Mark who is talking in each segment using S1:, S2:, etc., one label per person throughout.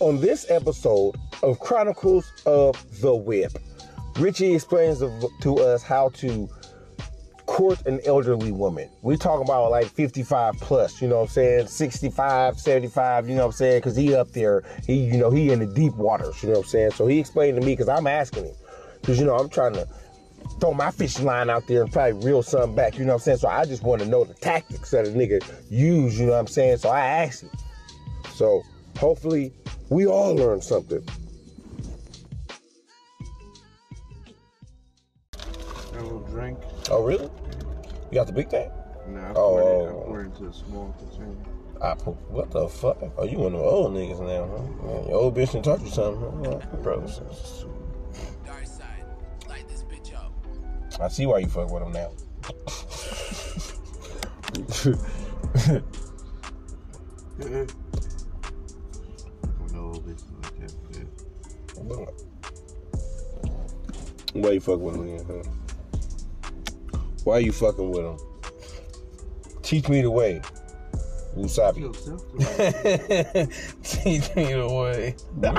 S1: On this episode of Chronicles of the Whip, Richie explains to us how to court an elderly woman. We talking about like 55 plus, you know what I'm saying? 65, 75, you know what I'm saying? Cause he up there, he, you know, he in the deep waters, you know what I'm saying? So he explained to me, cause I'm asking him, cause you know, I'm trying to throw my fishing line out there and probably reel something back, you know what I'm saying? So I just want to know the tactics that a nigga use, you know what I'm saying? So I asked him. So hopefully we all learn something.
S2: A little drink.
S1: Oh, really? You got the big thing?
S2: No, I poured it.
S1: Oh.
S2: I poured it into a small container.
S1: I put, what the fuck? Oh, you one of the old niggas now, huh? Man, your old bitch done taught you something, huh? Yeah, bro.
S3: Dark side, light this bitch up.
S1: I see why you fuck with him now.
S2: When the old bitch was like that, yeah.
S1: Why you fuck with him again, huh? Why you fucking with him? Teach me the way,
S2: Kill
S1: Usabi.
S2: yourself.
S4: Teach me the way.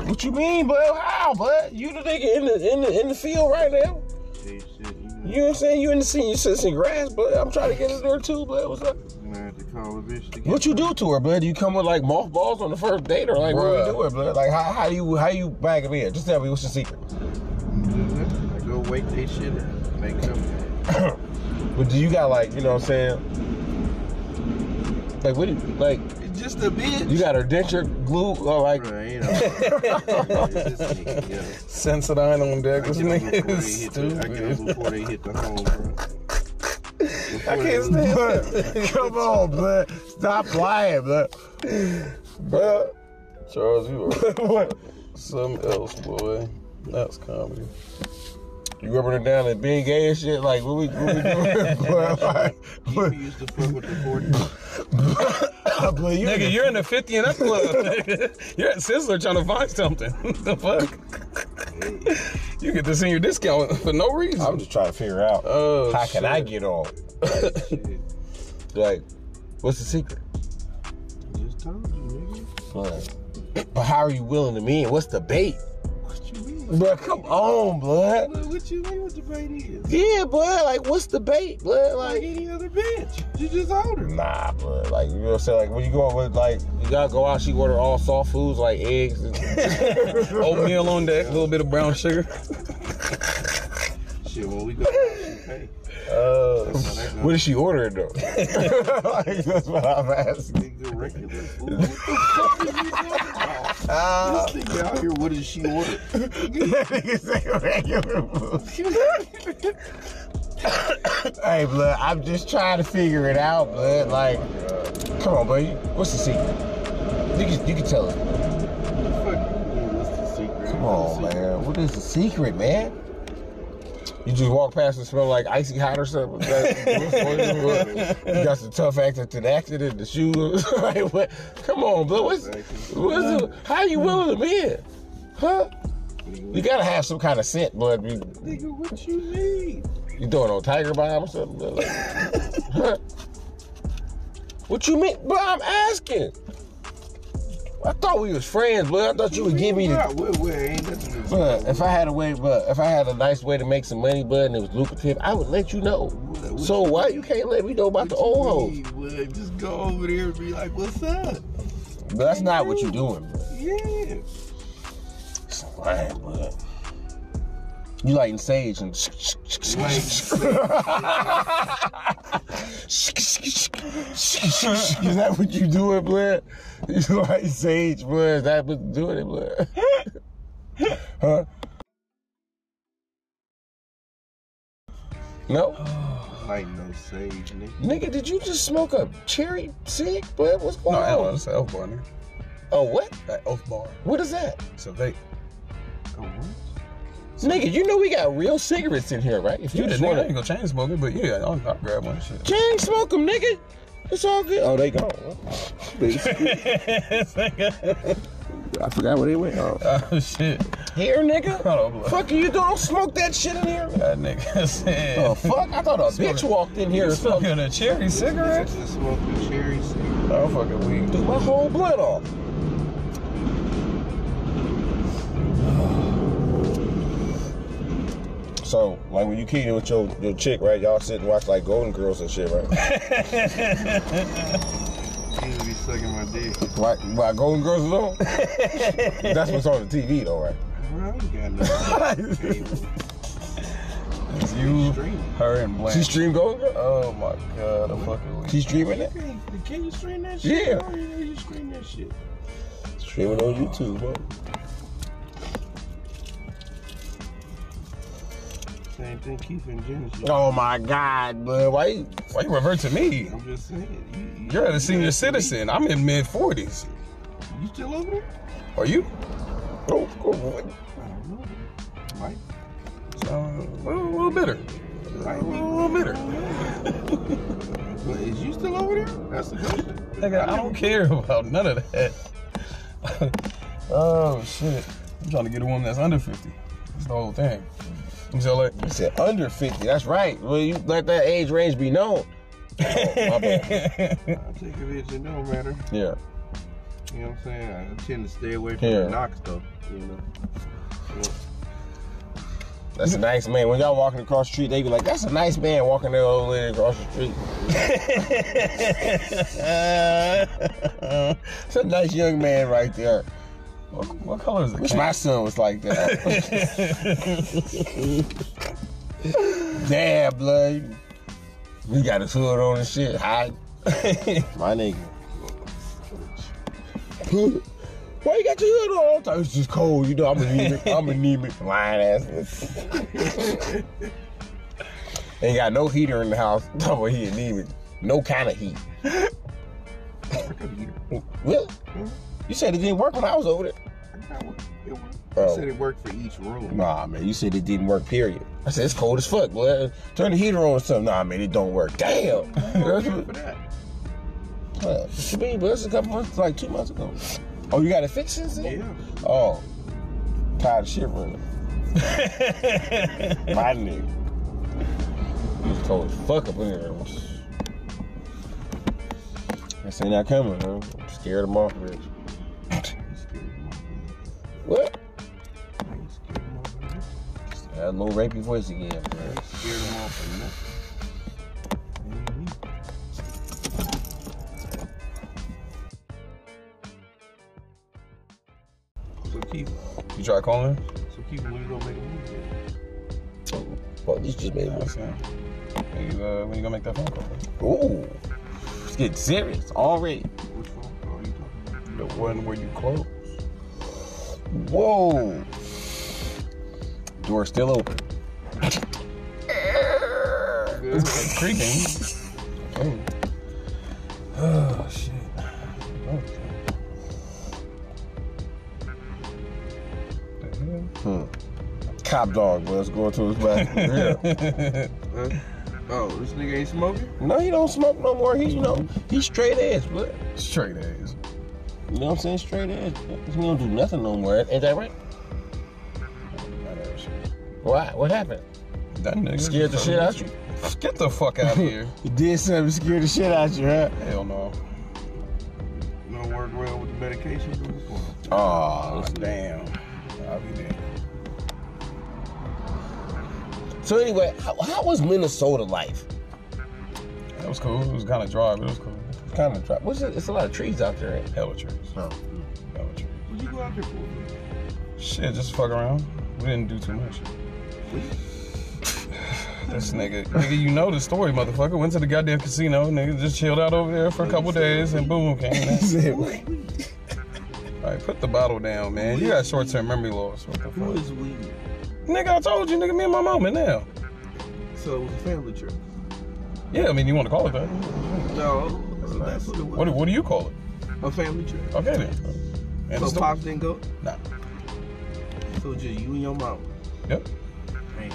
S1: what you mean, bud? How, bud? You the nigga in the in the in the field right now?
S2: Hey, shit, you know,
S1: You know what I'm saying? You in the scene, you sitting grass, but I'm trying to get in there too, bud. What's up?
S2: you had to call a bitch to get
S1: What you do to her, blood? Do you come with like mothballs on the first date, or like what do
S4: Bruh.
S1: you do it, blood? Like how, how you how you bag it in? Just tell me what's your secret.
S2: I go wait they shit and make them.
S1: But do you got like you know what I'm saying? Like what? do you- Like
S2: It's just a bitch.
S1: you got her denture glue or like
S2: Bruh, you know. it's just nigga, yo.
S4: Sensodyne on
S2: I
S4: deck.
S2: get
S4: This
S2: them
S4: nigga
S2: before
S4: is
S2: they hit the- I get them before they hit the home, bro. Before
S4: stupid. I
S2: they-
S4: can't stand
S1: Bruh, Come on, blood. Stop lying, blood.
S4: Bruh. Charles, you are
S1: What?
S4: something else, boy. That's comedy.
S1: You rubbing her down and being gay and shit. Like what we what we doing? blood? Like,
S2: You used to fuck with the 40.
S1: blood, you
S4: Nigga, you're in the 50 and up club. nigga. you're at Sizzler trying to find something. the fuck? you get this in your discount for no reason.
S1: I'm just trying to figure out
S4: oh,
S1: how can I
S4: shit.
S1: get on.
S2: Shit.
S1: Like what's the secret?
S2: Just told you, nigga.
S1: Blood. But how are you willing to mean? What's the bait?
S2: What you mean?
S1: Bro, come on, blood.
S2: What, what you mean what the bait is?
S1: Yeah, blood. Like, what's the bait, blood?
S2: Like
S1: Like,
S2: any other bitch. You just older.
S1: nah, blood. Like, you know what I'm saying? Like, when you go out with, like, you gotta go out, she order all soft foods, like eggs. And,
S4: Oatmeal on deck, a little bit of brown sugar.
S2: Shit, when we go out, she pay.
S1: uh,
S2: That's how that goes.
S1: what is she ordering, though? like, that's what I'm asking.
S2: Nigga, regular food. What the fuck is you talking about? this nigga out here, what is she order?
S1: Nigga say regular food. Hey, blood, I'm just trying to figure it out, blood. Like, come on, buddy. What's the secret? You can, you can tell us.
S2: What's the secret?
S1: Come on, Oh, man. What is the secret, man? You just walk past and smell like icy hot or something. you got some tough actor to the accident, the shoes. like, what? Come on, bro. What's, what's the, how you willing to be in? Huh? You gotta have some kind of scent, blood. You,
S2: Nigga, what you need?
S1: you doing on Tiger Bomb or something? blood? Like, huh? What you mean? Bro, I'm asking. I thought we was friends, blood. I thought you would give me the
S2: Nah, Well, well, ain't nothing to do.
S1: But if I had a way, but if I had a nice way to make some money, bud, and it was lucrative, I would let you know.
S2: What- what
S1: So
S2: you
S1: why
S2: need?
S1: you can't let me know about the
S2: What you
S1: old hoes?
S2: need? Well, Just go over there and be like, what's up?
S1: But that's not what you're doing. bud.
S2: Yeah.
S1: It's lying, bud. You lighting sage and
S2: Like,
S1: is that what you doing, blood? You lighting sage, blood? Is that what you doing, it, blood? huh? No.
S2: like no sage, nigga.
S1: Nigga, did you just smoke a cherry cig? What? What's going
S4: No,
S1: on?
S4: Alan, it's an elf bar, nigga.
S1: Oh, what?
S4: That elf bar.
S1: What is that?
S4: It's a vape.
S2: Oh, what?
S1: Nigga, you know we got real cigarettes in here, right? If you
S4: You
S1: just
S4: nigga, I ain't
S1: want
S4: gonna chain smoking, but yeah, I'll, I'll grab one
S1: to.
S4: shit.
S1: Can't smoke them, nigga. It's all good. Oh, they gone. I forgot where they went. Oh.
S4: oh shit.
S1: Here, nigga.
S4: Hold on, blood.
S1: Fuck you, doing? don't smoke that shit in here.
S4: That nigga said.
S1: Oh, fuck. I thought a bitch walked in here or something.
S4: Smoking a cherry
S2: I
S4: cigarette?
S2: just smoked the cherry cigarette.
S4: Oh, fucking weed.
S1: Threw my whole blood off. So, like when you kidding with your, your chick, right? Y'all sit and watch like Golden Girls and shit, right?
S2: He be sucking my dick.
S1: Why, why Golden Girls is on? That's what's on the TV though, right?
S2: Bro, I ain't got nothing.
S4: It's you, her, and Blanche.
S1: She stream Golden Girls?
S4: oh my god, I'm fucking weak.
S1: She streaming
S2: You
S1: it?
S2: can't- Can you stream that shit?
S4: Yeah.
S2: Bro, you know you stream that shit.
S1: Streaming on YouTube, bro.
S2: Same thing Keith and Jenna shit.
S1: Oh my God, man. Why you?
S4: Why you revert to me?
S2: I'm just saying. You, you,
S4: You're a senior
S2: you-
S4: citizen. I'm in mid 40s.
S2: You still over there?
S4: Are you?
S1: Oh, oh,
S2: I don't know. Mike,
S4: Uh, well, a little bitter.
S2: Mike,
S4: A little bitter.
S2: but is you still over there? That's the question.
S4: Nigga, I don't care about none of that. oh shit! I'm trying to get a woman that's under 50. That's the whole thing. I'm so like,
S1: you said under 50. That's right. Well, you let that age range be known. Oh, my bad.
S2: I take a bitch, it don't matter.
S1: Yeah.
S2: You know what I'm saying? I tend to stay away from
S1: Yeah.
S2: the knocks though. You know.
S1: That's a nice man. When y'all walking across the street, they be like, "That's a nice man walking that old lady across the street." It's a nice young man right there.
S4: what, what color is it?
S1: Wish my son was like that. Damn, blood. We got his hood on and shit. Hot. my nigga. Why you got your hood on? I'm like, It's just cold, you know. I'm anemic. I'm anemic. Lying ass. Ain't got no heater in the house. Talking about he anemic. No kind of heat.
S2: I could eat it.
S1: Really? You said it didn't work when I was over there.
S2: It worked. It worked.
S1: Oh.
S2: I said it worked for each room.
S1: Nah, man, you said it didn't work, period. I said, it's cold as fuck, boy. Turn the heater on or something. Nah, man, it don't work. Damn. That's what,
S2: Good for that.
S1: uh, what you mean, but that's a couple months, like two months ago. Oh, you got it fixed since then?
S2: Yeah.
S1: Oh, tired of shivering. My nigga. It was cold as fuck up in there. This ain't not coming, huh? I'm scared of off, bitch.
S2: You scared of motherfucker.
S1: What?
S2: I ain't scared of motherfucker.
S1: That little rapey voice again, bro.
S2: I ain't scared of motherfucker. nothing. Ain't me. So Keith,
S4: You try calling?
S2: so Keith really don't make a move. yet.
S1: Fuck, this just made me.
S4: Okay. Hey, uh, when you gonna make that phone call?
S1: Ooh. It's getting serious already.
S2: Which phone call are you talking about?
S4: The one where you close.
S1: Whoa. Door still open.
S4: It's creaking. Oh. Oh shit. Okay. The hell?
S1: Cop dog, but let's go to his back. Yeah.
S2: Oh, this nigga ain't smoking?
S1: No, he don't smoke no more. He's you know, he's straight ass, but
S4: Straight A's.
S1: you know what I'm saying? Straight ass. He don't do nothing no more. Ain't that right? Why? What happened?
S4: That nigga
S1: Scared the shit out you?
S4: Get the fuck out of here.
S1: You did something to scare the shit out you, huh?
S4: Hell no.
S2: No work well with the medication for this one.
S1: Oh,
S4: Damn. I'll be dead.
S1: so anyway, how, how was Minnesota life?
S4: That was cool. It was kind of dry, but it was cool.
S1: Kind of trap. What's it? It's a lot of trees out there. Ain't
S4: Hella trees.
S1: Oh.
S4: Hella trees.
S2: What you go out there for? man?
S4: Shit, just fuck around. We didn't do too much. This nigga, nigga, you know the story, motherfucker. Went to the goddamn casino, nigga, just chilled out over there for a couple days, and boom, came back.
S1: it?
S4: All right, put the bottle down, man. You got short-term memory loss. What the
S2: Who
S4: fuck?
S2: is weed?
S4: Nigga, I told you, nigga, me and my mama now.
S2: So it was a family trip.
S4: Yeah, I mean, you want to call it that?
S2: No, that's, that's what it was.
S4: What, do- what do you call it?
S2: A family trip.
S4: Okay then. And it's
S2: so
S4: the-
S2: pops didn't go.
S4: Nah.
S2: So just you and your mom.
S4: Yep.
S2: Man,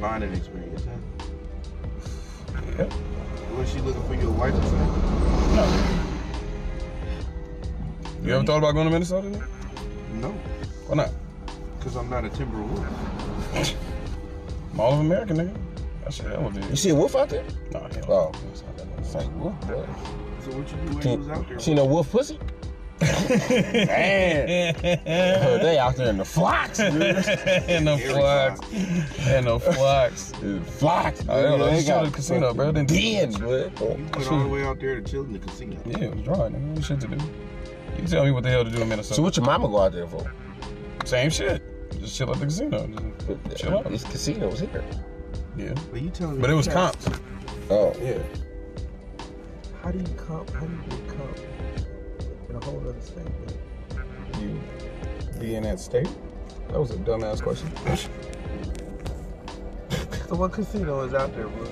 S2: bonding experience, huh?
S4: Yep.
S2: Was she looking for your wife or something?
S4: No. You ever thought about going to Minnesota? nigga?
S2: No,
S4: Why not?
S2: because I'm not a Timberwolf.
S4: I'm all of America, nigga. That shit hella big.
S1: You see a wolf out there?
S4: Nah, hell.
S1: Oh. It's like, what the?
S2: So what you do when you
S1: She,
S2: was out there?
S1: she no wolf pussy?
S5: Man,
S1: Uh, they out there in the flocks.
S4: and the flocks. And the flocks.
S1: In the flocks.
S4: I don't know.
S1: They
S4: You shoot
S1: got
S4: at the casino, bro. Then
S1: Den, blood.
S2: You went all the way out there to chill in the casino.
S4: Yeah, it was right. Man. Shit to do. You tell me what the hell to do in Minnesota.
S1: So what your mama go out there for?
S4: Same shit. Just chill at the casino. Just, Chill out.
S1: These casinos here.
S4: yeah.
S2: But you telling me?
S4: But it was
S2: how-
S4: comps.
S1: Oh.
S4: Yeah.
S2: How do you comp? How do you get comp in a whole other state? man?
S4: You be in that state? That was a dumbass question.
S2: So what casino is out there, bro?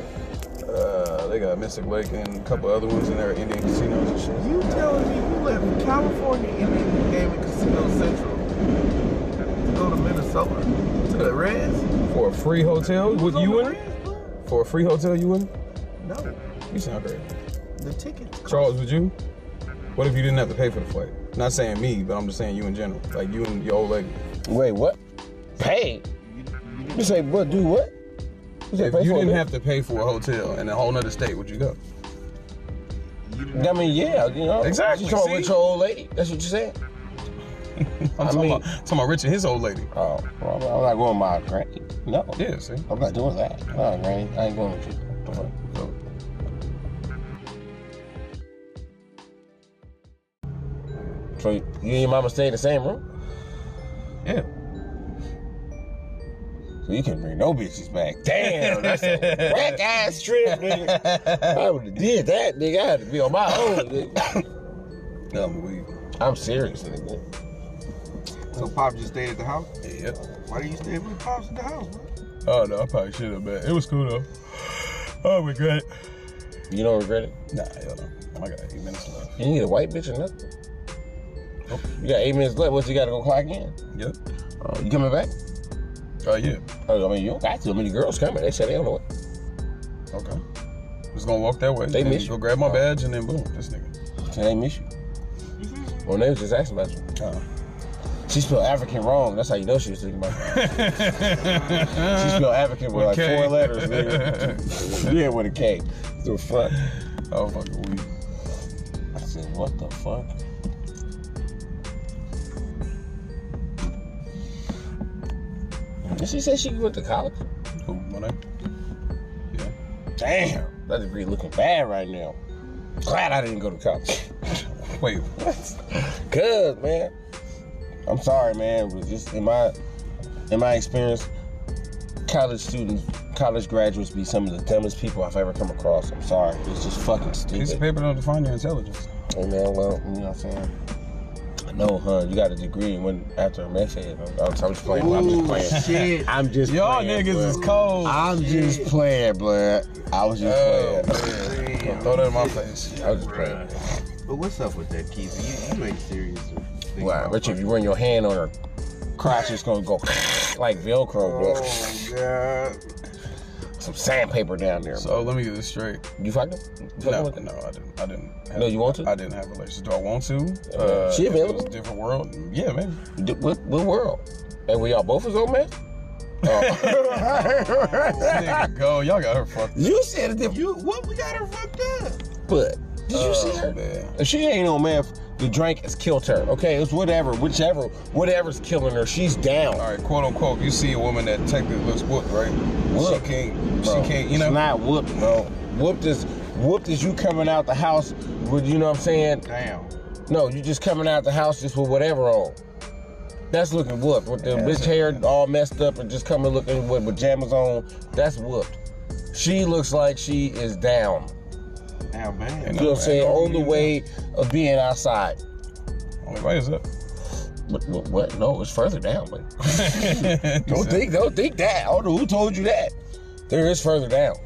S4: Uh, they got Mystic Lake and a couple other ones in there, Indian casinos and shit.
S2: You telling me you left California Indian Game and Casino Central to go to Minnesota to the Reds?
S4: For a free hotel,
S2: Who's
S4: would
S2: on
S4: you
S2: the
S4: win?
S2: Reds, bro?
S4: For a free hotel, you win?
S2: No,
S4: You sound great.
S2: the tickets.
S4: Charles, would you? What if you didn't have to pay for the flight? Not saying me, but I'm just saying you in general. Like you and your old lady.
S1: Wait, what? Pay? You say, bro, do what? You say,
S4: If
S1: pay
S4: you
S1: for
S4: didn't
S1: it.
S4: have to pay for a hotel in a whole nother state, would you go?
S1: I mean, yeah, you know.
S4: Exactly,
S1: You talking
S4: see?
S1: about with your old lady? That's what you said?
S4: I'm talking,
S1: mean-
S4: about, talking about Rich and his old lady.
S1: Oh, well, I'm not going my granny. No.
S4: Yeah, see?
S1: I'm not doing that. No, granny. I ain't going with you. What the fuck?
S4: So,
S1: So you and your mama stay in the same room?
S4: yeah.
S1: So you can bring no bitches back. Damn, that's a whack ass trip, nigga. I would have did that, nigga. I had to be on my own, nigga.
S4: No, but Oh, we.
S1: I'm serious, nigga.
S2: So Pop just stayed at the house.
S4: Yeah.
S2: Why do you stay with Pops at the house, bro?
S4: Oh no, I probably should have, but it was cool though. Oh, we good.
S1: You don't regret it?
S4: Nah, hell no. I got eight minutes left.
S1: You need a white bitch or nothing. You got eight minutes left. What you gotta go clock in?
S4: Yep.
S1: Oh, you coming back?
S4: Oh yeah.
S1: Oh, I mean, you don't got to. I mean, the girls coming. They said they don't know what.
S4: Okay. Just gonna walk that way.
S1: They
S4: Then
S1: miss
S4: Go
S1: you. Oh.
S4: grab my badge and then boom, this nigga.
S1: Say they miss you. Well, they was just asking about you.
S4: Oh.
S1: She spelled African wrong. That's how you know she was thinking about you. she spelled African with like
S4: With a K.
S1: four letters, nigga. yeah, with a K. The fuck?
S4: Oh fucking weed.
S1: I said, what the fuck? And she said she went to college.
S4: Cool, my name. Oh, Yeah.
S1: Damn, that degree looking bad right now. Glad I didn't go to college.
S4: Wait,
S1: Cause man, I'm sorry, man, but just in my in my experience, college students, college graduates be some of the dumbest people I've ever come across. I'm sorry, it's just fucking
S4: piece of
S1: stupid.
S4: paper don't define your intelligence.
S1: Hey man, well, you know what I'm saying. I know, huh? You got a degree and went after a meth head. I'm, I'm just playing. I'm just playing.
S2: shit.
S1: I'm just
S4: Y'all
S1: playing,
S4: niggas
S1: blood.
S4: is cold.
S1: I'm just playing, blood. I was just
S4: Oh,
S1: playing.
S4: man. Don't throw that in my face.
S1: I was just playing.
S2: But what's up with that, Keith? You, you ain't serious. Think
S1: Wow,
S2: about
S1: Richard, if
S2: fucking-
S1: you run your hand on her crotch, it's gonna go like Velcro, bro.
S2: Oh God.
S1: Some sandpaper down there.
S4: So let me get this straight.
S1: You fucked her? You fucking
S4: No,
S1: with her?
S4: no, I didn't. I didn't. Have,
S1: No, you want to?
S4: I didn't have relations. Do I want to? Uh,
S1: She
S4: if it was
S1: available?
S4: a different world. Yeah, maybe.
S1: D- What, what world? And were y'all both was on man? Oh.
S4: Nigga, go. Y'all got her fucked.
S1: you said it different,
S2: You what? We got her fucked up.
S1: but Uh, did you
S4: up,
S1: see her?
S4: man.
S1: If she ain't on man, the drink has killed her. Okay, it's whatever, whichever, whatever's killing her, she's down.
S4: All right, quote unquote. You see a woman that technically looks whooped, right?
S1: Whooped,
S4: She can't.
S1: Bro,
S4: she can't. You know.
S1: it's not whooped, bro. Whooped is whooped is you coming out the house with you know what I'm saying?
S2: Damn.
S1: No, you just coming out the house just with whatever on. That's looking whooped. With the bitch hair all messed up and just coming looking with pajamas on, that's whooped. She looks like she is down.
S2: Damn, man.
S1: You know what I'm saying? On the way of being outside.
S4: Only way Oh, is up.
S1: But, but what? No, it's further down. But don't
S4: Don't
S1: think, don't think that. I don't know who told you that. There is further down.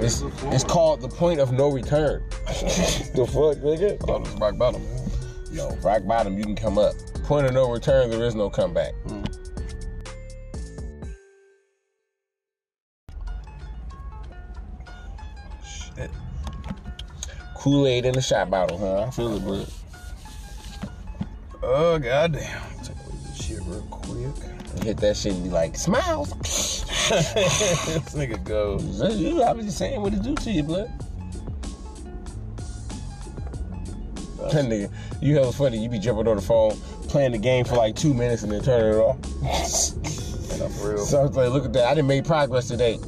S1: It's, it's called the point of no return. the fuck, nigga?
S4: Oh, this is rock bottom. man.
S1: No, rock bottom, you can come up. Point of no return, there is no comeback.
S4: Shit.
S1: Kool Aid in the shot bottle, huh? I feel it, bro.
S4: Oh goddamn. Take away this shit real quick.
S1: Hit that shit and be like, smiles.
S4: this nigga go.
S1: You, I was just saying what it do to you, blood. That nigga, you hella funny. You be jumping on the phone, playing the game for like two minutes, and then turning it off.
S2: For real.
S1: So I was like, look at that. I didn't make progress today.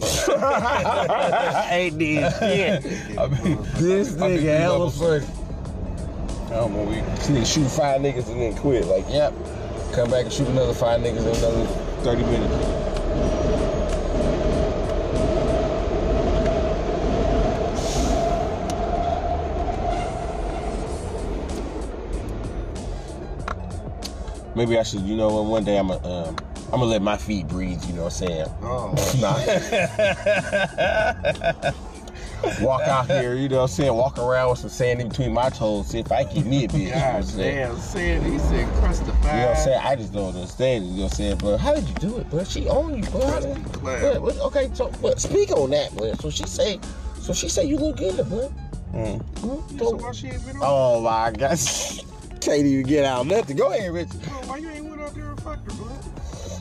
S5: ain't did shit.
S1: I mean, this
S4: I mean,
S1: nigga hella
S4: levels.
S1: funny. Oh, when we nigga shoot five niggas and then quit. Like, yep. Come back and shoot another five niggas in another 30 minutes. Maybe I should, you know what, one day I'm gonna um, I'm gonna let my feet breathe, you know what I'm saying?
S2: Oh,
S1: Nah. Walk out here, you know what I'm saying? Walk around with some sand in between my toes, see if I can knit, bitch. You know what I'm
S2: God
S1: saying?
S2: damn, Sid, he said crustified.
S1: You know what I'm saying? I just don't understand it, you know what I'm saying? But how did you do it, bro? She own you, bro. How did-
S2: Like,
S1: But, but, okay, so but speak on that, bro. So she say, so she say you look good, bro.
S2: Mm.
S1: Hmm?
S2: you know why she ain't been on?
S1: Oh my God, can't even get out nothing. Go ahead, Rich.
S2: Bro, Why you ain't went up there and fucked her, bro?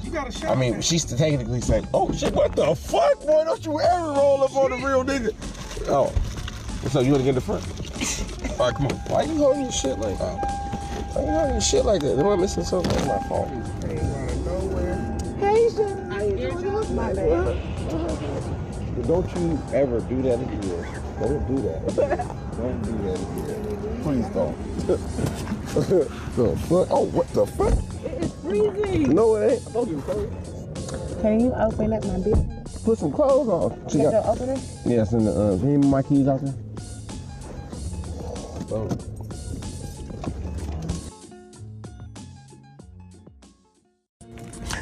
S2: You got a shot.
S1: I mean, she's technically saying, "Oh shit, what the fuck, boy? Don't you ever roll up on a real nigga?" Oh, so you wanna get in the front? All right, come on. Why you holding your shit like that? Why you holding your shit like that? Am I missing something? That's my fault.
S2: ain't out of nowhere.
S5: Don't you ever do that again. Don't do that. Don't do that again. Please don't. the fuck? Oh, what the fuck?
S6: It is freezing.
S5: No, it ain't. I told you to close.
S6: Can you open up my business?
S5: Put some clothes on. She
S6: Get
S5: got,
S6: the opener?
S5: yes, and uh, can you move my keys out there? Oh.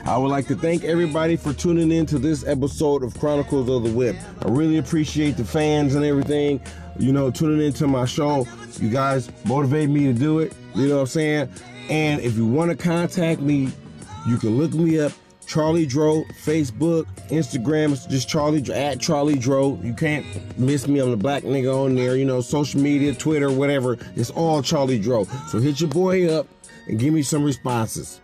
S1: I would like to thank everybody for tuning in to this episode of Chronicles of the Whip. I really appreciate the fans and everything, you know, tuning into my show. You guys motivate me to do it, you know what I'm saying? And if you want to contact me, you can look me up, Charlie Dro, Facebook, Instagram, it's just Charlie Dro- at Charlie Dro. You can't miss me. I'm the black nigga on there, you know, social media, Twitter, whatever. It's all Charlie Dro. So hit your boy up and give me some responses.